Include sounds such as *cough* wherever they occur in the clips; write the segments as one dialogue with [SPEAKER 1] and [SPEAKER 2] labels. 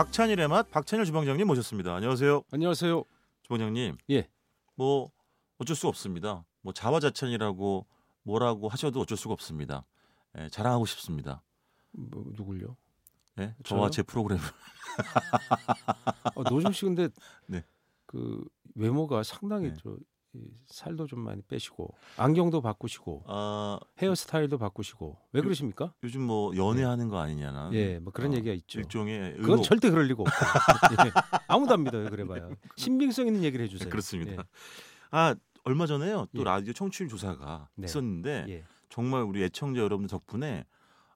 [SPEAKER 1] 박찬일의 맛 박찬일 주방장님 모셨습니다. 안녕하세요.
[SPEAKER 2] 안녕하세요.
[SPEAKER 1] 주방장님.
[SPEAKER 2] 예.
[SPEAKER 1] 뭐 어쩔 수 없습니다. 뭐 자화자찬이라고 뭐라고 하셔도 어쩔 수가 없습니다. 예, 자랑하고 싶습니다.
[SPEAKER 2] 뭐, 누굴요?
[SPEAKER 1] 예? 저와
[SPEAKER 2] 저요?
[SPEAKER 1] 제 프로그램. *laughs*
[SPEAKER 2] 아, 노중 씨 근데
[SPEAKER 1] 네.
[SPEAKER 2] 그 외모가 상당히
[SPEAKER 1] 네.
[SPEAKER 2] 저 이, 살도 좀 많이 빼시고 안경도 바꾸시고
[SPEAKER 1] 아,
[SPEAKER 2] 헤어스타일도 바꾸시고 왜 그러십니까?
[SPEAKER 1] 요즘 뭐 연애하는 거 아니냐는
[SPEAKER 2] 예, 뭐 그런
[SPEAKER 1] 아,
[SPEAKER 2] 얘기가 있죠.
[SPEAKER 1] 일종의 의혹.
[SPEAKER 2] 그건 절대 그럴 리가
[SPEAKER 1] *laughs*
[SPEAKER 2] 없고 예, 아무도 안 믿어요. 그래봐야 신빙성 있는 얘기를 해주세요.
[SPEAKER 1] 예, 네, 그렇습니다. 아, 얼마 전에요. 또
[SPEAKER 2] 예. 라디오
[SPEAKER 1] 라디오 청취율 조사가
[SPEAKER 2] 네.
[SPEAKER 1] 있었는데
[SPEAKER 2] 예, 예.
[SPEAKER 1] 정말 우리 애청자 여러분들 덕분에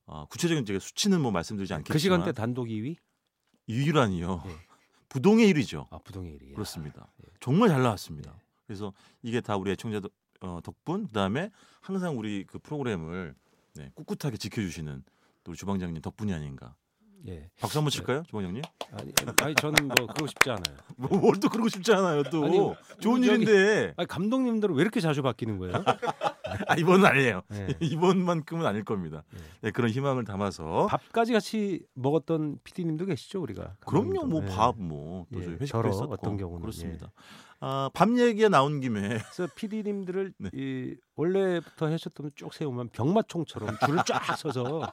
[SPEAKER 1] 어, 구체적인 제가 수치는 뭐 말씀드리지 않겠지만
[SPEAKER 2] 그 시간대 단독 2위?
[SPEAKER 1] 유일한이요.
[SPEAKER 2] 예.
[SPEAKER 1] *laughs* 부동의 1위죠.
[SPEAKER 2] 아 부동의 1위.
[SPEAKER 1] 그렇습니다.
[SPEAKER 2] 예.
[SPEAKER 1] 정말 잘 나왔습니다.
[SPEAKER 2] 예.
[SPEAKER 1] 그래서 이게 다 우리 애청자 덕- 어, 덕분 그다음에 항상 우리 그 프로그램을 네, 꿋꿋하게 지켜주시는 또 우리 주방장님 덕분이 아닌가.
[SPEAKER 2] 예.
[SPEAKER 1] 박수 한번 칠까요, 주방장님?
[SPEAKER 2] 아니, 아니 저는 뭐 그러고 싶지 않아요.
[SPEAKER 1] 뭐, 뭘또 그러고 싶지 않아요, 또
[SPEAKER 2] 아니,
[SPEAKER 1] 좋은
[SPEAKER 2] 저기-
[SPEAKER 1] 일인데
[SPEAKER 2] 아니 감독님들은 왜 이렇게 자주 바뀌는 거예요?
[SPEAKER 1] *laughs* 아, 이번은 아니에요.
[SPEAKER 2] 예.
[SPEAKER 1] *laughs* 이번만큼은 아닐 겁니다.
[SPEAKER 2] 예.
[SPEAKER 1] 네, 그런 희망을 담아서
[SPEAKER 2] 밥까지 같이 먹었던 PD님도 계시죠 우리가.
[SPEAKER 1] 그럼요, 뭐
[SPEAKER 2] 예.
[SPEAKER 1] 밥, 뭐또
[SPEAKER 2] 예,
[SPEAKER 1] 저희 회식도
[SPEAKER 2] 저러
[SPEAKER 1] 했었고
[SPEAKER 2] 어떤 경우는, 예.
[SPEAKER 1] 그렇습니다. 아, 밥 얘기가 나온 김에
[SPEAKER 2] 그래서 PD님들을
[SPEAKER 1] 네.
[SPEAKER 2] 이 원래부터 하셨던 쭉 세우면 병마총처럼 줄을 쫙 서서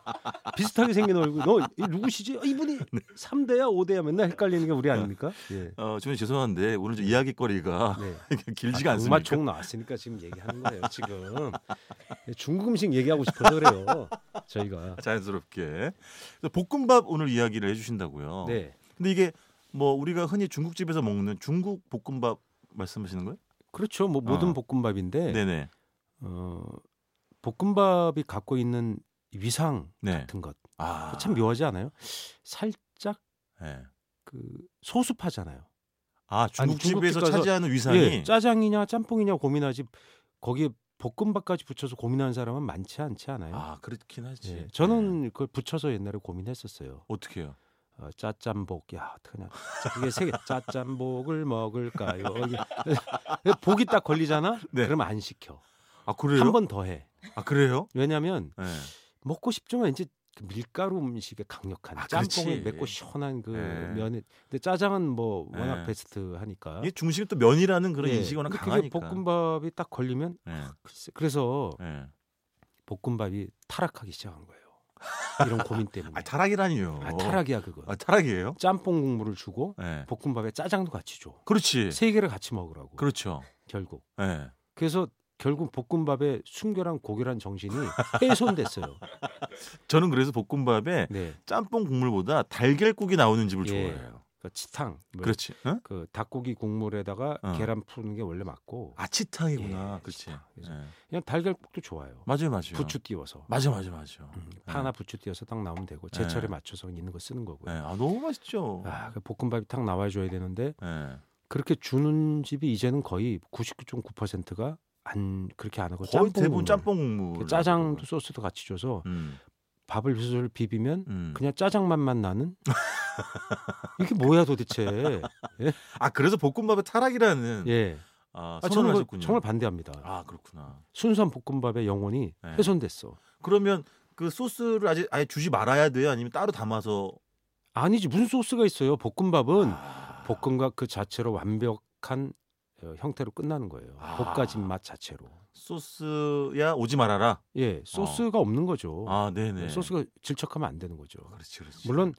[SPEAKER 2] 비슷하게 생긴 얼굴. 너이 누구시지? 어, 이분이
[SPEAKER 1] 네.
[SPEAKER 2] 삼 3대야 5대야 맨날 헷갈리는 게 우리 아닙니까? 예.
[SPEAKER 1] 어, 저는 죄송한데 오늘 좀 이야기거리가 *laughs*
[SPEAKER 2] 네.
[SPEAKER 1] 길지가
[SPEAKER 2] 아,
[SPEAKER 1] 않습니다.
[SPEAKER 2] 병마총 나왔으니까 지금 얘기하는 거예요. 지금 예, 중국 음식 얘기하고 싶어서 그래요. 저희가.
[SPEAKER 1] 자연스럽게 그래서 볶음밥 오늘 이야기를 해주신다고요.
[SPEAKER 2] 네.
[SPEAKER 1] 근데 이게 뭐 우리가 흔히 중국집에서 먹는 중국 볶음밥 말씀하시는 거예요?
[SPEAKER 2] 그렇죠. 뭐 모든
[SPEAKER 1] 어.
[SPEAKER 2] 볶음밥인데
[SPEAKER 1] 네네.
[SPEAKER 2] 어, 볶음밥이 갖고 있는 위상
[SPEAKER 1] 네.
[SPEAKER 2] 같은 것.
[SPEAKER 1] 아,
[SPEAKER 2] 참 묘하지 않아요? 살짝
[SPEAKER 1] 네.
[SPEAKER 2] 그 소수파잖아요.
[SPEAKER 1] 아
[SPEAKER 2] 중국집
[SPEAKER 1] 중국집에서
[SPEAKER 2] 가서-
[SPEAKER 1] 차지하는 위상이
[SPEAKER 2] 예, 짜장이냐 짬뽕이냐 고민하지 거기에 볶음밥까지 붙여서 고민하는 사람은 많지 않지 않아요?
[SPEAKER 1] 아 그렇긴 하지.
[SPEAKER 2] 예, 저는 그걸 붙여서 옛날에 고민했었어요.
[SPEAKER 1] 어떻게요?
[SPEAKER 2] 어, 짜짬복, 야, 어떡하냐. 이게 세 개, 짜짬복을 먹을까요? 이게 *laughs* 복이 딱 걸리잖아?
[SPEAKER 1] 네.
[SPEAKER 2] 그럼 안 시켜.
[SPEAKER 1] 아 그래요?
[SPEAKER 2] 한 번 더 해.
[SPEAKER 1] 아 그래요?
[SPEAKER 2] 왜냐면
[SPEAKER 1] 네.
[SPEAKER 2] 먹고 싶지만 이제 그 밀가루 음식의 강력한
[SPEAKER 1] 아,
[SPEAKER 2] 짬뽕의
[SPEAKER 1] 그렇지.
[SPEAKER 2] 맵고 시원한 그
[SPEAKER 1] 예.
[SPEAKER 2] 면에 근데 짜장은 뭐 워낙
[SPEAKER 1] 예.
[SPEAKER 2] 베스트 하니까
[SPEAKER 1] 이게 중식은 또 면이라는 그런
[SPEAKER 2] 아. 예.
[SPEAKER 1] 인식이 워낙
[SPEAKER 2] 근데
[SPEAKER 1] 강하니까.
[SPEAKER 2] 그게 볶음밥이 아, 딱 걸리면
[SPEAKER 1] 네.
[SPEAKER 2] 글쎄, 그래서
[SPEAKER 1] 네.
[SPEAKER 2] 볶음밥이 타락하기 시작한
[SPEAKER 1] *laughs*
[SPEAKER 2] 거예요 이런 고민 때문에
[SPEAKER 1] 아 타락이라니요.
[SPEAKER 2] 아, 타락이야 그거
[SPEAKER 1] 아 타락이에요?
[SPEAKER 2] 짬뽕 국물을 주고
[SPEAKER 1] 네.
[SPEAKER 2] 볶음밥에 짜장도 같이
[SPEAKER 1] 그렇지.
[SPEAKER 2] 줘 세 개를 같이 먹으라고
[SPEAKER 1] 네. 그렇죠.
[SPEAKER 2] 결국
[SPEAKER 1] 네.
[SPEAKER 2] 그래서 결국 볶음밥의 순결한 고결한
[SPEAKER 1] *laughs*
[SPEAKER 2] 정신이 훼손됐어요
[SPEAKER 1] 저는 그래서 볶음밥에
[SPEAKER 2] 네
[SPEAKER 1] 짬뽕 국물보다 달걀국이 나오는 집을
[SPEAKER 2] 예.
[SPEAKER 1] 좋아해요.
[SPEAKER 2] 그러니까 치탕 뭐
[SPEAKER 1] 그렇지. 응?
[SPEAKER 2] 그 닭고기 국물에다가
[SPEAKER 1] 어.
[SPEAKER 2] 계란 푸는 게 원래 맞고
[SPEAKER 1] 아치탕이구나.
[SPEAKER 2] 예,
[SPEAKER 1] 그렇지.
[SPEAKER 2] 치탕.
[SPEAKER 1] 예.
[SPEAKER 2] 그래서- 그냥 달걀국도 좋아요.
[SPEAKER 1] 맞아요, 맞아요.
[SPEAKER 2] 부추 띄워서
[SPEAKER 1] 맞아, 네. 맞아, 맞아.
[SPEAKER 2] 음, 파나 부추 띄워서 딱 나오면 되고 제철에 맞춰서 있는 거 쓰는
[SPEAKER 1] 예.
[SPEAKER 2] 거고요.
[SPEAKER 1] 아 너무 맛있죠.
[SPEAKER 2] 아, 그 볶음밥이 탁 나와줘야 되는데
[SPEAKER 1] 예.
[SPEAKER 2] 그렇게 주는 집이 이제는 거의 99.9%가 안 그렇게 안 하고
[SPEAKER 1] 거의 대부분
[SPEAKER 2] 뭐 국물. 그
[SPEAKER 1] 짬뽕 국물.
[SPEAKER 2] 짜장도 소스도 같이 줘서
[SPEAKER 1] 음.
[SPEAKER 2] 밥을 술술 비비면
[SPEAKER 1] 음.
[SPEAKER 2] 그냥 짜장 맛만 나는 이게 뭐야 도대체
[SPEAKER 1] *laughs* 아 그래서 볶음밥의 타락이라는
[SPEAKER 2] 예
[SPEAKER 1] 아,
[SPEAKER 2] 아,
[SPEAKER 1] 선언을
[SPEAKER 2] 저는 그거
[SPEAKER 1] 하셨군요.
[SPEAKER 2] 정말 반대합니다
[SPEAKER 1] 아 그렇구나.
[SPEAKER 2] 순수한 볶음밥의 영혼이
[SPEAKER 1] 네.
[SPEAKER 2] 훼손됐어
[SPEAKER 1] 그러면 그 소스를 아직 아예 주지 말아야 돼요, 아니면 따로 담아서
[SPEAKER 2] 아니지 무슨 소스가 있어요 볶음밥은
[SPEAKER 1] 아,
[SPEAKER 2] 볶음과 그 자체로 완벽한 어, 형태로 끝나는 거예요.
[SPEAKER 1] 아.
[SPEAKER 2] 볶아진 맛 자체로.
[SPEAKER 1] 소스야 오지 말아라.
[SPEAKER 2] 예, 소스가 없는 거죠.
[SPEAKER 1] 어. 아 네네.
[SPEAKER 2] 뭐
[SPEAKER 1] 아,
[SPEAKER 2] 소스가 질척하면 안 되는 거죠.
[SPEAKER 1] 그렇지, 그렇지.
[SPEAKER 2] 물론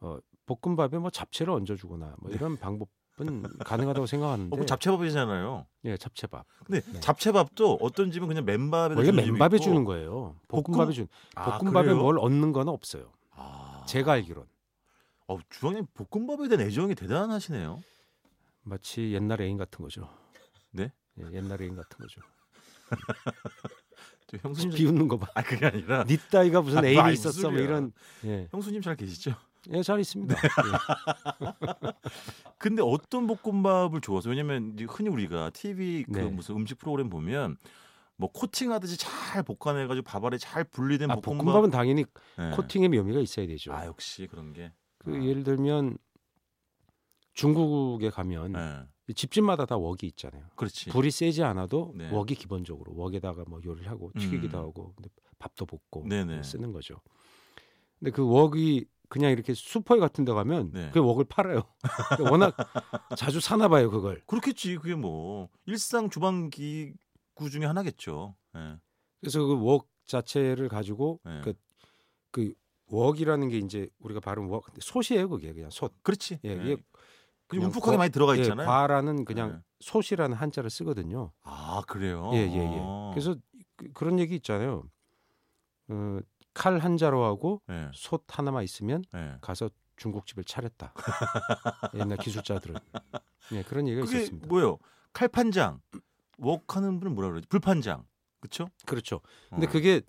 [SPEAKER 2] 어, 볶음밥에 뭐 잡채를 얹어주거나 뭐
[SPEAKER 1] *laughs*
[SPEAKER 2] 이런 방법은 가능하다고
[SPEAKER 1] 네. 어,
[SPEAKER 2] 생각하는데.
[SPEAKER 1] 그 잡채밥이잖아요.
[SPEAKER 2] 예, 잡채밥.
[SPEAKER 1] 근데
[SPEAKER 2] 네.
[SPEAKER 1] 잡채밥도 어떤 집은 그냥 맨밥에다
[SPEAKER 2] 원래
[SPEAKER 1] 주는 집이
[SPEAKER 2] 맨밥에
[SPEAKER 1] 있고.
[SPEAKER 2] 주는 거예요.
[SPEAKER 1] 볶음-
[SPEAKER 2] 볶음밥에 준.
[SPEAKER 1] 아,
[SPEAKER 2] 볶음밥에
[SPEAKER 1] 그래요?
[SPEAKER 2] 뭘 얻는 건 없어요.
[SPEAKER 1] 아.
[SPEAKER 2] 제가 알기론.
[SPEAKER 1] 어, 주방님 볶음밥에 대한 애정이 대단하시네요.
[SPEAKER 2] 마치 옛날 애인 같은 거죠.
[SPEAKER 1] 네?
[SPEAKER 2] 예, 옛날 애인 같은 거죠.
[SPEAKER 1] 저 형수님 잘-
[SPEAKER 2] 비웃는 네. 거 봐.
[SPEAKER 1] 아 그게 *laughs* 아니라
[SPEAKER 2] 니 따위가
[SPEAKER 1] 아,
[SPEAKER 2] 무슨
[SPEAKER 1] 뭐 네.
[SPEAKER 2] 애인이
[SPEAKER 1] 아니,
[SPEAKER 2] 있었어?
[SPEAKER 1] 무슨
[SPEAKER 2] 뭐
[SPEAKER 1] 소리야.
[SPEAKER 2] 이런. 예,
[SPEAKER 1] 형수님 잘 계시죠?
[SPEAKER 2] 예, 잘 있습니다. 예.
[SPEAKER 1] 근데 어떤 볶음밥을 좋아서 왜냐면 이제 흔히 우리가 TV 그
[SPEAKER 2] 네.
[SPEAKER 1] 무슨 음식 프로그램 보면 뭐 코팅하듯이 잘 볶아내가지고 밥알에 잘 분리된
[SPEAKER 2] 아,
[SPEAKER 1] 볶음밥.
[SPEAKER 2] 볶음밥은 당연히
[SPEAKER 1] 네.
[SPEAKER 2] 코팅의 묘미가 있어야 되죠.
[SPEAKER 1] 아 역시 그런 게.
[SPEAKER 2] 그
[SPEAKER 1] 아.
[SPEAKER 2] 예를 들면 중국에 가면
[SPEAKER 1] 네.
[SPEAKER 2] 집집마다 다 웍이 있잖아요.
[SPEAKER 1] 그렇지.
[SPEAKER 2] 음. 불이 세지 않아도
[SPEAKER 1] 예. 네.
[SPEAKER 2] 웍이 기본적으로 웍에다가 뭐 요리를 하고 튀기기도
[SPEAKER 1] 음.
[SPEAKER 2] 하고 근데 밥도 볶고
[SPEAKER 1] 네네.
[SPEAKER 2] 쓰는 거죠. 근데 그 웍이 그냥 이렇게 슈퍼에 같은 데 가면
[SPEAKER 1] 네.
[SPEAKER 2] 그게 웍을 팔아요. 그러니까 워낙 자주 사나 봐요, 그걸.
[SPEAKER 1] 그렇겠지. 그게 뭐 일상 주방 기구 중에 하나겠죠. 예.
[SPEAKER 2] 그래서 그 웍 자체를 가지고
[SPEAKER 1] 네.
[SPEAKER 2] 그, 그 웍이라는 게 이제 우리가 발음 웍 근데 솥이에요, 그게 그냥 솥.
[SPEAKER 1] 그렇지.
[SPEAKER 2] 예,
[SPEAKER 1] 예.
[SPEAKER 2] 이게
[SPEAKER 1] 그냥
[SPEAKER 2] 그냥
[SPEAKER 1] 움푹하게
[SPEAKER 2] 과-
[SPEAKER 1] 많이 들어가
[SPEAKER 2] 예,
[SPEAKER 1] 있잖아요.
[SPEAKER 2] 과라는
[SPEAKER 1] 예.
[SPEAKER 2] 그냥 솥이라는 한자를 쓰거든요.
[SPEAKER 1] 아 그래요.
[SPEAKER 2] 예, 예, 예.
[SPEAKER 1] 아.
[SPEAKER 2] 그래서 그, 그런 얘기 있잖아요. 어, 칼 한자로 하고
[SPEAKER 1] 예,
[SPEAKER 2] 솥 하나만 있으면
[SPEAKER 1] 예.
[SPEAKER 2] 가서 중국집을
[SPEAKER 1] *laughs*
[SPEAKER 2] 차렸다. 옛날 기술자들은. 예, 그런 얘기가
[SPEAKER 1] 그게
[SPEAKER 2] 있었습니다.
[SPEAKER 1] 뭐예요? 칼판장. 웍하는 분은 뭐라 그러지? 불판장. 그렇죠?
[SPEAKER 2] 그렇죠. 근데 그게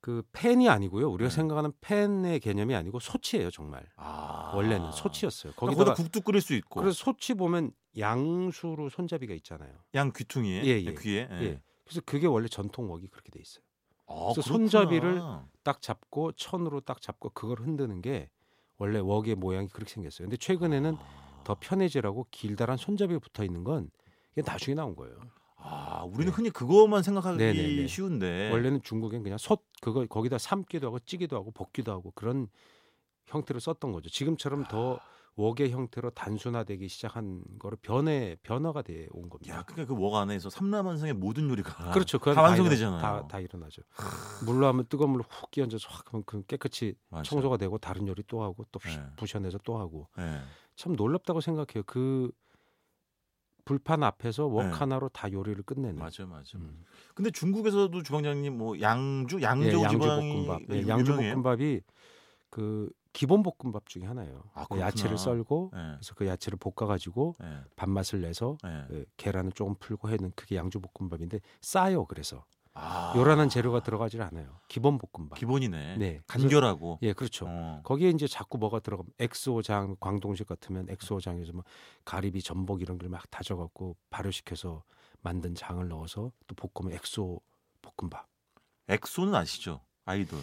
[SPEAKER 2] 그 팬이 아니고요. 우리가
[SPEAKER 1] 네.
[SPEAKER 2] 생각하는 팬의 개념이 아니고 소치예요, 정말.
[SPEAKER 1] 아. 그러니까
[SPEAKER 2] 원래는 소치였어요.
[SPEAKER 1] 거기다
[SPEAKER 2] 거기다가
[SPEAKER 1] 국도 끓일 수 있고.
[SPEAKER 2] 그래서 소치 보면 양수로 손잡이가 있잖아요.
[SPEAKER 1] 양 귀퉁이에
[SPEAKER 2] 예, 예.
[SPEAKER 1] 귀에. 예.
[SPEAKER 2] 예. 그래서 그게 원래 전통 웍이 그렇게 돼 있어요.
[SPEAKER 1] 아,
[SPEAKER 2] 그래서
[SPEAKER 1] 그렇구나.
[SPEAKER 2] 손잡이를 딱 잡고 천으로 딱 잡고 그걸 흔드는 게 원래 웍의 모양이 그렇게 생겼어요. 근데 최근에는
[SPEAKER 1] 아.
[SPEAKER 2] 더 편해지라고 길다란 손잡이가 붙어 있는 건 이게 나중에 나온 거예요.
[SPEAKER 1] 아, 우리는
[SPEAKER 2] 네.
[SPEAKER 1] 흔히 그것만 생각하기
[SPEAKER 2] 네, 네, 네.
[SPEAKER 1] 쉬운데
[SPEAKER 2] 원래는 중국엔 그냥 솥 그거 거기다 삶기도 하고 찌기도 하고 볶기도 하고 그런 형태로 썼던 거죠. 지금처럼 더 웍의 형태로 단순화되기 시작한 거로 변해 변화가 돼 온 겁니다.
[SPEAKER 1] 야, 그러니까 그 웍 안에서 삼라만성의 모든 요리가
[SPEAKER 2] 그렇죠. 그건
[SPEAKER 1] 다 완성이
[SPEAKER 2] 일어-
[SPEAKER 1] 되잖아요.
[SPEAKER 2] 다, 다 일어나죠. 물로 하면 뜨거운 물로 훅 끼얹어서 확 하면 그 깨끗이
[SPEAKER 1] 맞아요.
[SPEAKER 2] 청소가 되고 다른 요리 또 하고 또
[SPEAKER 1] 네.
[SPEAKER 2] 부셔내서 또 하고
[SPEAKER 1] 예.
[SPEAKER 2] 참 놀랍다고 생각해요. 그 불판 앞에서 웍
[SPEAKER 1] 네.
[SPEAKER 2] 하나로 다 요리를 끝내는.
[SPEAKER 1] 맞아요, 맞아요.
[SPEAKER 2] 음.
[SPEAKER 1] 근데 중국에서도 주방장님 뭐 양주, 양조
[SPEAKER 2] 예, 양주볶음밥.
[SPEAKER 1] 지방이
[SPEAKER 2] 예,
[SPEAKER 1] 유명해요.
[SPEAKER 2] 양주볶음밥이 그 기본 볶음밥 중에 하나예요.
[SPEAKER 1] 아,
[SPEAKER 2] 그 야채를
[SPEAKER 1] 그렇구나.
[SPEAKER 2] 썰고
[SPEAKER 1] 예.
[SPEAKER 2] 그래서 그 야채를 볶아 가지고
[SPEAKER 1] 예.
[SPEAKER 2] 밥맛을 내서
[SPEAKER 1] 예.
[SPEAKER 2] 예, 계란을 조금 풀고 해는 그게 양주볶음밥인데 싸요. 그래서
[SPEAKER 1] 아.
[SPEAKER 2] 요란한 재료가 들어가질 않아요. 기본 볶음밥.
[SPEAKER 1] 기본이네.
[SPEAKER 2] 네.
[SPEAKER 1] 간결하고.
[SPEAKER 2] 예, 그렇죠.
[SPEAKER 1] 어.
[SPEAKER 2] 거기에 이제 자꾸 뭐가 들어가면 엑소장 광동식 같으면 엑소장에서 막 가리비 전복 이런 걸 막 다져갖고 발효시켜서 만든 장을 넣어서 또 볶으면 엑소 볶음밥.
[SPEAKER 1] 엑소는 아시죠?
[SPEAKER 2] *laughs*
[SPEAKER 1] 아이돌.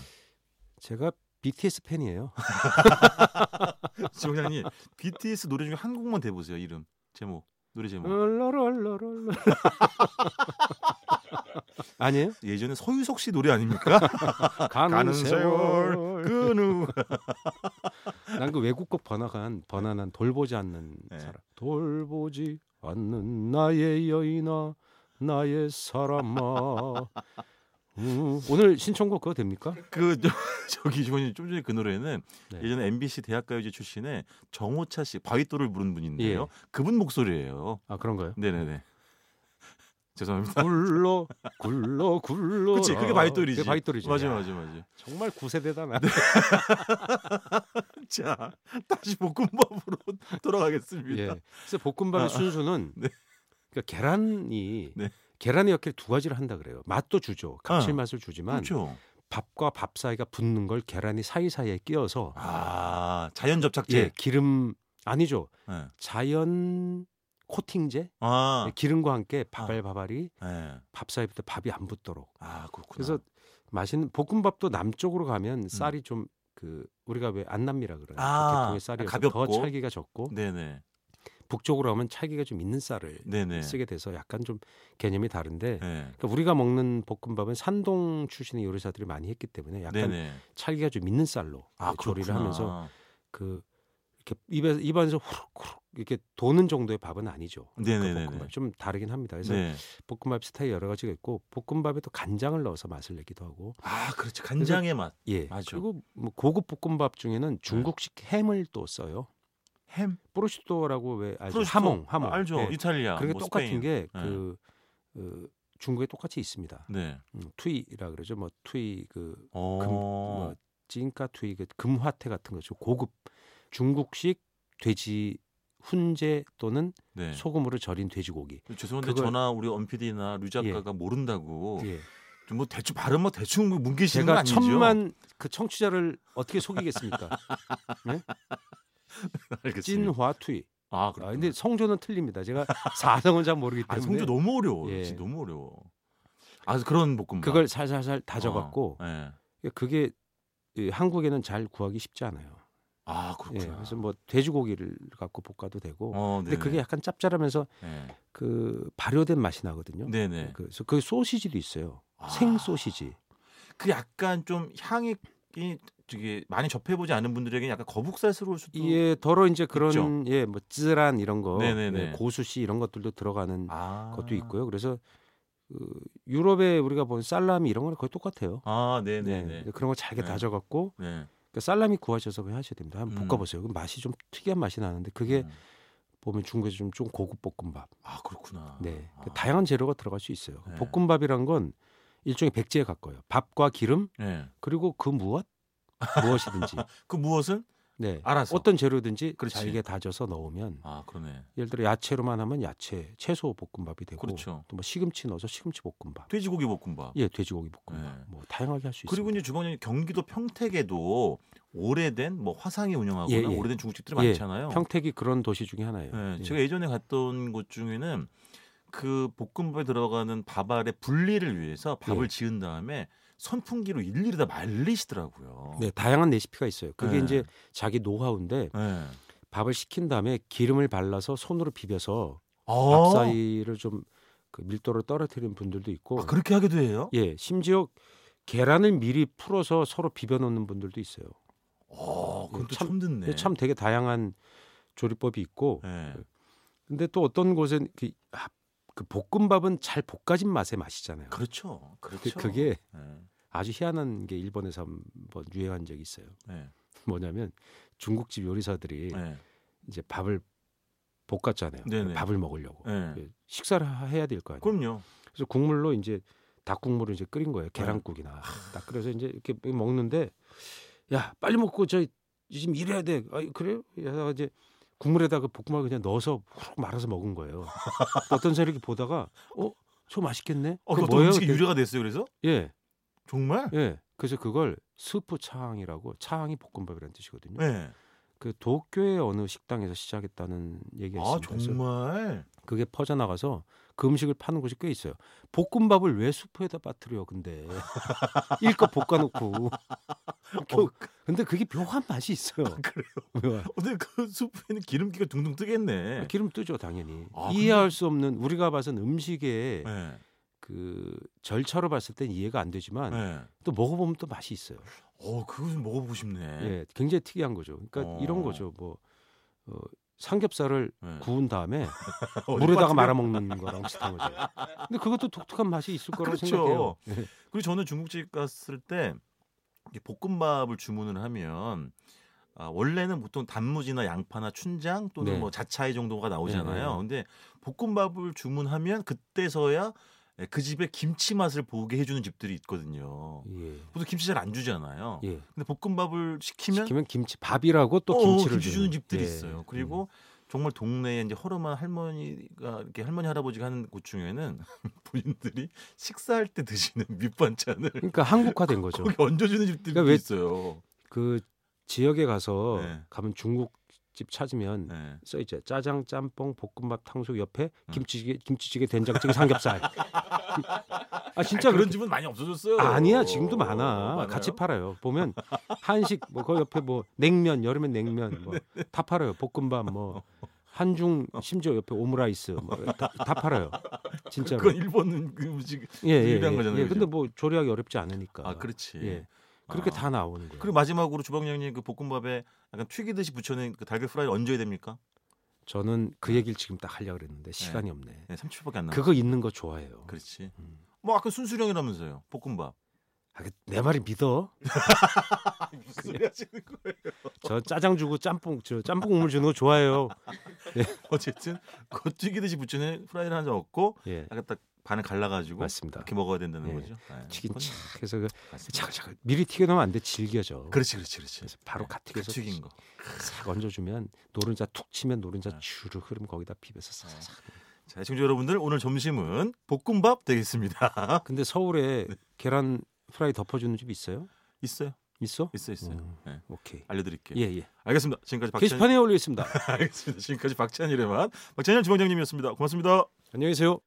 [SPEAKER 2] 제가 BTS 팬이에요.
[SPEAKER 1] 지방장님 BTS 노래 중에 한 곡만 대보세요. 이름, 제목, 노래 제목.
[SPEAKER 2] 음. 롤롤롤롤롤. 아니에요?
[SPEAKER 1] 예전에 서유석 씨 노래
[SPEAKER 2] *laughs*
[SPEAKER 1] 아닙니까? 그
[SPEAKER 2] 가는 세월.
[SPEAKER 1] 근우.
[SPEAKER 2] 난 그 외국곡 번화간 번화난 돌보지 않는
[SPEAKER 1] 네.
[SPEAKER 2] 사람. 돌보지 않는 나의 여인아 나의 사람아. 음, 오늘 신청곡 그거 됩니까?
[SPEAKER 1] 그 저- 저기 주원님 좀 전에 그 노래는
[SPEAKER 2] 네.
[SPEAKER 1] 예전에 MBC 대학가요제 출신의 정호차 씨 바위돌을 부른 분인데요.
[SPEAKER 2] 예.
[SPEAKER 1] 그분 목소리예요.
[SPEAKER 2] 아 그런가요?
[SPEAKER 1] 네네네. *laughs* 죄송합니다.
[SPEAKER 2] 굴러 굴러 굴러.
[SPEAKER 1] 그치 어, 그게 바위돌이지.
[SPEAKER 2] 그게 바윗돌이지.
[SPEAKER 1] 맞아
[SPEAKER 2] 야,
[SPEAKER 1] 맞아 맞아.
[SPEAKER 2] 정말 구세대다 나.
[SPEAKER 1] 자 다시 볶음밥으로 *laughs* 돌아가겠습니다.
[SPEAKER 2] 예. 그래서 볶음밥의
[SPEAKER 1] 아, 아.
[SPEAKER 2] 순수는
[SPEAKER 1] *laughs* 네.
[SPEAKER 2] 그러니까 계란이
[SPEAKER 1] 네. 아,
[SPEAKER 2] 계란의 역할이 두 가지를 한다 그래요. 맛도 주죠. 감칠맛을 주지만
[SPEAKER 1] 그렇죠.
[SPEAKER 2] 밥과 밥 사이가 붙는 걸 계란이 사이사이에 끼어서
[SPEAKER 1] 아 자연 접착제.
[SPEAKER 2] 예, 기름 아니죠.
[SPEAKER 1] 예.
[SPEAKER 2] 자연 코팅제
[SPEAKER 1] 아,
[SPEAKER 2] 예, 기름과 함께 바발바발이
[SPEAKER 1] 예.
[SPEAKER 2] 밥 사이부터 밥이 안 붙도록.
[SPEAKER 1] 아 그렇구나.
[SPEAKER 2] 그래서 맛있는 볶음밥도 남쪽으로 가면 쌀이 좀 그 우리가 왜 안남미라 그러나요?
[SPEAKER 1] 아,
[SPEAKER 2] 그 계통의 쌀이
[SPEAKER 1] 가볍고.
[SPEAKER 2] 더 찰기가 적고
[SPEAKER 1] 네네
[SPEAKER 2] 북쪽으로 가면 찰기가 좀 있는 쌀을
[SPEAKER 1] 네네.
[SPEAKER 2] 쓰게 돼서 약간 좀 개념이 다른데
[SPEAKER 1] 예.
[SPEAKER 2] 그러니까 우리가 먹는 볶음밥은 산동 출신의 요리사들이 많이 했기 때문에 약간
[SPEAKER 1] 네네. 찰
[SPEAKER 2] 찰기가 좀 있는 쌀로
[SPEAKER 1] 아,
[SPEAKER 2] 조리를
[SPEAKER 1] 그렇구나.
[SPEAKER 2] 하면서 그 이렇게 입에 입안에서 후룩후룩 이렇게 도는 정도의 밥은 아니죠. 그
[SPEAKER 1] 네네네.
[SPEAKER 2] 볶음밥 좀 다르긴 합니다. 그래서
[SPEAKER 1] 네.
[SPEAKER 2] 볶음밥 스타일 여러 가지가 있고 볶음밥에 또 간장을 넣어서 맛을 내기도 하고
[SPEAKER 1] 아 그렇지 간장의 맛.
[SPEAKER 2] 예
[SPEAKER 1] 맞아.
[SPEAKER 2] 그리고 뭐 고급 볶음밥 중에는 중국식 햄을 또 써요.
[SPEAKER 1] 햄.
[SPEAKER 2] 프로슈토라고 왜 알죠?
[SPEAKER 1] 프로슈토.
[SPEAKER 2] 하몽 하몽
[SPEAKER 1] 아, 알죠.
[SPEAKER 2] 예.
[SPEAKER 1] 이탈리아.
[SPEAKER 2] 그게
[SPEAKER 1] 뭐
[SPEAKER 2] 똑같은
[SPEAKER 1] 스페인.
[SPEAKER 2] 게그 어, 중국에 똑같이 있습니다.
[SPEAKER 1] 네.
[SPEAKER 2] 음, 투이라 그러죠. 뭐 투이 그
[SPEAKER 1] 어.
[SPEAKER 2] 금, 뭐 찐까 투이 그 금화태 같은 거죠. 고급 중국식 돼지 훈제 또는
[SPEAKER 1] 네.
[SPEAKER 2] 소금으로 절인 돼지고기.
[SPEAKER 1] 죄송한데
[SPEAKER 2] 그걸-
[SPEAKER 1] 전화 우리 엄피디나 류 작가가 모른다고
[SPEAKER 2] 예.
[SPEAKER 1] 좀뭐 대충 발음 뭐 대충 뭐 뭉개시는 건
[SPEAKER 2] 제가
[SPEAKER 1] 아니죠?
[SPEAKER 2] 천만 그 청취자를 어떻게 속이겠습니까?
[SPEAKER 1] *laughs* 알겠습니다.
[SPEAKER 2] 찐화 투이.
[SPEAKER 1] 아
[SPEAKER 2] 아,
[SPEAKER 1] 그런데
[SPEAKER 2] 근데 성조는 틀립니다. 제가 *laughs* 사성은 잘 모르기
[SPEAKER 1] 아,
[SPEAKER 2] 때문에
[SPEAKER 1] 성조 너무 어려워.
[SPEAKER 2] 예.
[SPEAKER 1] 진짜 너무 어려워. 아 그런 볶음밥.
[SPEAKER 2] 그걸 살살살
[SPEAKER 1] 어,
[SPEAKER 2] 다져갖고
[SPEAKER 1] 예.
[SPEAKER 2] 그게 이 한국에는 잘 구하기 쉽지 않아요.
[SPEAKER 1] 아
[SPEAKER 2] 예,
[SPEAKER 1] 그렇구나.
[SPEAKER 2] 그래서 뭐 돼지고기를 갖고 볶아도 되고.
[SPEAKER 1] 어,
[SPEAKER 2] 근데
[SPEAKER 1] 네네.
[SPEAKER 2] 그게 약간 짭짤하면서
[SPEAKER 1] 네.
[SPEAKER 2] 그 발효된 맛이 나거든요.
[SPEAKER 1] 네네. 아, 그,
[SPEAKER 2] 그래서 그 소시지도 있어요.
[SPEAKER 1] 아.
[SPEAKER 2] 생 소시지.
[SPEAKER 1] 약간 좀 향이 이- 이게 많이 접해보지 않은 분들에게는 약간 거북살스러울 수도
[SPEAKER 2] 예, 더러 이제 그런
[SPEAKER 1] 있죠.
[SPEAKER 2] 예, 뭐 쯔란 이런 거,
[SPEAKER 1] 네네네.
[SPEAKER 2] 예, 고수씨 이런 것들도 들어가는
[SPEAKER 1] 아.
[SPEAKER 2] 것도 있고요. 그래서 그 유럽에 우리가 본 살라미 이런 거는 거의 똑같아요.
[SPEAKER 1] 아,
[SPEAKER 2] 네,
[SPEAKER 1] 네네네.
[SPEAKER 2] 그런 거 잘게
[SPEAKER 1] 네.
[SPEAKER 2] 다져갖고
[SPEAKER 1] 네.
[SPEAKER 2] 그러니까 살라미 구하셔서 그냥 하셔야 됩니다. 한번
[SPEAKER 1] 음.
[SPEAKER 2] 볶아보세요. 그럼 맛이 좀 특이한 맛이 나는데 그게
[SPEAKER 1] 음.
[SPEAKER 2] 보면 중국에서 좀, 좀 고급 볶음밥.
[SPEAKER 1] 아 그렇구나.
[SPEAKER 2] 네,
[SPEAKER 1] 아.
[SPEAKER 2] 그 다양한 재료가 들어갈 수 있어요.
[SPEAKER 1] 네.
[SPEAKER 2] 볶음밥이란 건 일종의 백제에 가까워요. 밥과 기름
[SPEAKER 1] 네.
[SPEAKER 2] 그리고 그 무엇
[SPEAKER 1] *laughs*
[SPEAKER 2] 무엇이든지
[SPEAKER 1] 그 무엇은
[SPEAKER 2] 네.
[SPEAKER 1] 알아서.
[SPEAKER 2] 어떤 재료든지
[SPEAKER 1] 그렇지.
[SPEAKER 2] 잘게 다져서 넣으면
[SPEAKER 1] 아 그러네.
[SPEAKER 2] 예를 들어 야채로만 하면 야채 채소 볶음밥이 되고
[SPEAKER 1] 그렇죠.
[SPEAKER 2] 또 뭐 시금치 넣어서 시금치 볶음밥
[SPEAKER 1] 돼지고기 볶음밥.
[SPEAKER 2] 예 돼지고기 볶음밥
[SPEAKER 1] 네.
[SPEAKER 2] 뭐 다양하게 할 수 있습니다
[SPEAKER 1] 그리고 이제 주방장님 경기도 평택에도 오래된 뭐 화상이 운영하거나
[SPEAKER 2] 예, 예.
[SPEAKER 1] 오래된 중국집들이
[SPEAKER 2] 예,
[SPEAKER 1] 많잖아요.
[SPEAKER 2] 평택이 그런 도시 중에 하나예요
[SPEAKER 1] 네,
[SPEAKER 2] 예.
[SPEAKER 1] 제가 예전에 갔던 곳 중에는 그 볶음밥에 들어가는 밥알의 분리를 위해서 밥을
[SPEAKER 2] 예.
[SPEAKER 1] 지은 다음에 선풍기로 일일이 다 말리시더라고요.
[SPEAKER 2] 네, 다양한 레시피가 있어요 그게
[SPEAKER 1] 네.
[SPEAKER 2] 이제 자기 노하우인데
[SPEAKER 1] 네.
[SPEAKER 2] 밥을 식힌 다음에 기름을 발라서 손으로 비벼서
[SPEAKER 1] 어?
[SPEAKER 2] 밥 사이를 좀 그 밀도를 떨어뜨리는 분들도 있고
[SPEAKER 1] 아, 그렇게 하기도 해요?
[SPEAKER 2] 예 심지어 계란을 미리 풀어서 서로 비벼 놓는 분들도 있어요
[SPEAKER 1] 어, 그건 또
[SPEAKER 2] 참-
[SPEAKER 1] 처음
[SPEAKER 2] 예,
[SPEAKER 1] 듣네.
[SPEAKER 2] 참 되게 다양한 조리법이 있고
[SPEAKER 1] 네.
[SPEAKER 2] 근데 또 어떤 곳엔 그, 아, 그 볶음밥은 잘 볶아진 맛의 맛이잖아요.
[SPEAKER 1] 그렇죠.
[SPEAKER 2] 그,
[SPEAKER 1] 그렇죠.
[SPEAKER 2] 게
[SPEAKER 1] 네.
[SPEAKER 2] 아주 희한한 게 일본에서 한번 유행한 적이 있어요. *laughs*
[SPEAKER 1] 네.
[SPEAKER 2] 뭐냐면 중국집 요리사들이
[SPEAKER 1] 네.
[SPEAKER 2] 이제 밥을 볶았잖아요.
[SPEAKER 1] 네네.
[SPEAKER 2] 밥을 먹으려고
[SPEAKER 1] 네.
[SPEAKER 2] 예, 식사를 하- 해야 될 거 아니에요.
[SPEAKER 1] 그럼요.
[SPEAKER 2] 그래서 국물로 이제 닭국물을 이제 끓인
[SPEAKER 1] 네.
[SPEAKER 2] 거예요. 계란국이나 아, 딱 끓여서 이제 이렇게 먹는데 야 빨리 먹고 저 지금 일해야 돼. 아 그래요? 하다가 이제 국물에다가 볶음밥 그냥 넣어서 후룩 말아서 먹은 거예요. 어떤 사람이 이렇게 보다가 어 저 맛있겠네.
[SPEAKER 1] 어,
[SPEAKER 2] 그거
[SPEAKER 1] 그 뭐예요? 음식이 유래가 됐어요. 그래서
[SPEAKER 2] 예,
[SPEAKER 1] 정말?
[SPEAKER 2] 예. 그래서 그걸 스프 차항이라고 차항이 볶음밥이라는 뜻이거든요.
[SPEAKER 1] 네.
[SPEAKER 2] 그 도쿄의 어느 식당에서 시작했다는 얘기가
[SPEAKER 1] 아
[SPEAKER 2] 있습니다. 그래서
[SPEAKER 1] 정말.
[SPEAKER 2] 그게 퍼져나가서 그 음식을 파는 곳이 꽤 있어요. 볶음밥을 왜 수프에다 빠뜨려? 근데 *laughs* 일껏
[SPEAKER 1] *laughs*
[SPEAKER 2] 볶아놓고. 겨- 근데 그게 묘한 맛이 있어요.
[SPEAKER 1] 아,
[SPEAKER 2] 그래요? *laughs* 묘한.
[SPEAKER 1] 어, 근데 그 수프에는 기름기가 둥둥 뜨겠네.
[SPEAKER 2] 아, 기름 뜨죠 당연히.
[SPEAKER 1] 아, 근데-
[SPEAKER 2] 이해할 수 없는 우리가 봐선 음식의
[SPEAKER 1] 네.
[SPEAKER 2] 그 절차로 봤을 땐 이해가 안 되지만
[SPEAKER 1] 네.
[SPEAKER 2] 또 먹어보면 또 맛이 있어요.
[SPEAKER 1] 어, 그거 좀 먹어보고 싶네.
[SPEAKER 2] 예, 굉장히 특이한 거죠. 그러니까
[SPEAKER 1] 어.
[SPEAKER 2] 이런 거죠. 뭐 어, 삼겹살을
[SPEAKER 1] 네.
[SPEAKER 2] 구운 다음에
[SPEAKER 1] *laughs* 어디
[SPEAKER 2] 물에다가
[SPEAKER 1] 빠뜨려?
[SPEAKER 2] 말아 먹는 거랑 비슷한 거죠. 근데 그것도 독특한 맛이 있을 거라고
[SPEAKER 1] 그렇죠.
[SPEAKER 2] 생각해요. 예.
[SPEAKER 1] 그리고 저는 중국집 갔을 때 이게 볶음밥을 주문을 하면 아, 원래는 보통 단무지나 양파나 춘장 또는
[SPEAKER 2] 네.
[SPEAKER 1] 뭐 자차이 정도가 나오잖아요.
[SPEAKER 2] 네, 네.
[SPEAKER 1] 근데 볶음밥을 주문하면 그때서야 그 집의 김치 맛을 보게 해주는 집들이 있거든요.
[SPEAKER 2] 예.
[SPEAKER 1] 보통 김치 잘 안 주잖아요.
[SPEAKER 2] 예.
[SPEAKER 1] 근데 볶음밥을 시키면
[SPEAKER 2] 시키면 김치 밥이라고 또
[SPEAKER 1] 어,
[SPEAKER 2] 김치를
[SPEAKER 1] 김치 주는 집들이
[SPEAKER 2] 예.
[SPEAKER 1] 있어요. 그리고 정말 동네에 이제 허름한 할머니가 이렇게 할머니 할아버지가 하는 곳 중에는 *laughs* 본인들이 식사할 때 드시는 밑반찬을
[SPEAKER 2] 그러니까 한국화된 거죠.
[SPEAKER 1] 거기 얹어주는 집들이
[SPEAKER 2] 그러니까 왜-
[SPEAKER 1] 있어요.
[SPEAKER 2] 그 지역에 가서
[SPEAKER 1] 네.
[SPEAKER 2] 가면 중국집 찾으면
[SPEAKER 1] 네.
[SPEAKER 2] 써 있죠. 짜장, 짬뽕, 볶음밥, 탕수육 옆에
[SPEAKER 1] 음.
[SPEAKER 2] 김치찌개, 김치찌개,
[SPEAKER 1] *laughs*
[SPEAKER 2] 된장찌개, 삼겹살. 아 진짜
[SPEAKER 1] 아니, 그런
[SPEAKER 2] 그런
[SPEAKER 1] 집은 많이 없어졌어요.
[SPEAKER 2] 아니야 지금도
[SPEAKER 1] 어,
[SPEAKER 2] 많아
[SPEAKER 1] 많아요?
[SPEAKER 2] 같이 팔아요 보면 한식 뭐그 옆에 뭐 냉면 여름엔 냉면 뭐 다 팔아요 볶음밥 뭐 한중 심지어 옆에 오므라이스 뭐다 다 팔아요 진짜로
[SPEAKER 1] 그건 일본 그 음식.
[SPEAKER 2] 예예
[SPEAKER 1] 유리한 거잖아요,
[SPEAKER 2] 예,
[SPEAKER 1] 그죠?
[SPEAKER 2] 근데 뭐 조리하기 어렵지 않으니까
[SPEAKER 1] 아 그렇지.
[SPEAKER 2] 예 그렇게
[SPEAKER 1] 아.
[SPEAKER 2] 다 나오는 거예요
[SPEAKER 1] 그리고 마지막으로 주방장님 그 볶음밥에 약간 튀기듯이 부쳐낸 그 달걀 프라이 얹어야 됩니까?
[SPEAKER 2] 저는 그 얘기를 지금 딱 하려고 그랬는데 시간이 없네
[SPEAKER 1] 네, 30초밖에 안 남았어.
[SPEAKER 2] 그거 있는 거 좋아해요
[SPEAKER 1] 그렇지.
[SPEAKER 2] 음.
[SPEAKER 1] 뭐 아까 순수령이라면서요. 볶음밥.
[SPEAKER 2] 아, 그- 내 말이 믿어
[SPEAKER 1] 아, 무슨 소리 하시는 거예요?
[SPEAKER 2] 저 짜장 주고 짬뽕 저 짬뽕 국물 주는 거 좋아해요
[SPEAKER 1] *laughs* 어쨌든 그 튀기듯이 부쳐낸 프라이를 한 점 얻고
[SPEAKER 2] 예
[SPEAKER 1] 약간 딱 반을 갈라가지고
[SPEAKER 2] 맞습니다
[SPEAKER 1] 뭐? 이렇게 먹어야 된다는
[SPEAKER 2] 예.
[SPEAKER 1] 거죠. 네.
[SPEAKER 2] 튀긴
[SPEAKER 1] 그건
[SPEAKER 2] 착 해서 그
[SPEAKER 1] 맞습니다.
[SPEAKER 2] 차글차글 미리 튀겨놓으면 안 돼 질겨져.
[SPEAKER 1] 그렇지, 그렇지, 그렇지.
[SPEAKER 2] 그래서 바로 갓 튀겨서
[SPEAKER 1] 튀긴 거.
[SPEAKER 2] 싹 얹어주면 노른자 툭 치면 노른자
[SPEAKER 1] 네. 어.
[SPEAKER 2] 주르 흐름 거기다 비벼서 사사삭.
[SPEAKER 1] 자, 시청자 여러분들 오늘 점심은 볶음밥 되겠습니다. *laughs*
[SPEAKER 2] 근데 서울에
[SPEAKER 1] 네.
[SPEAKER 2] 계란 프라이 덮어주는 집 있어요?
[SPEAKER 1] 있어요,
[SPEAKER 2] 있어?
[SPEAKER 1] 있어, 요 있어요.
[SPEAKER 2] 음.
[SPEAKER 1] 네.
[SPEAKER 2] 오케이.
[SPEAKER 1] 알려드릴게요.
[SPEAKER 2] 예예.
[SPEAKER 1] 알겠습니다. 지금까지 박찬 *laughs*
[SPEAKER 2] 게시판에 올리겠습니다.
[SPEAKER 1] 알겠습니다. 지금까지 박찬일의 맛 박찬일 주방장님이었습니다. 고맙습니다.
[SPEAKER 2] 안녕히 계세요.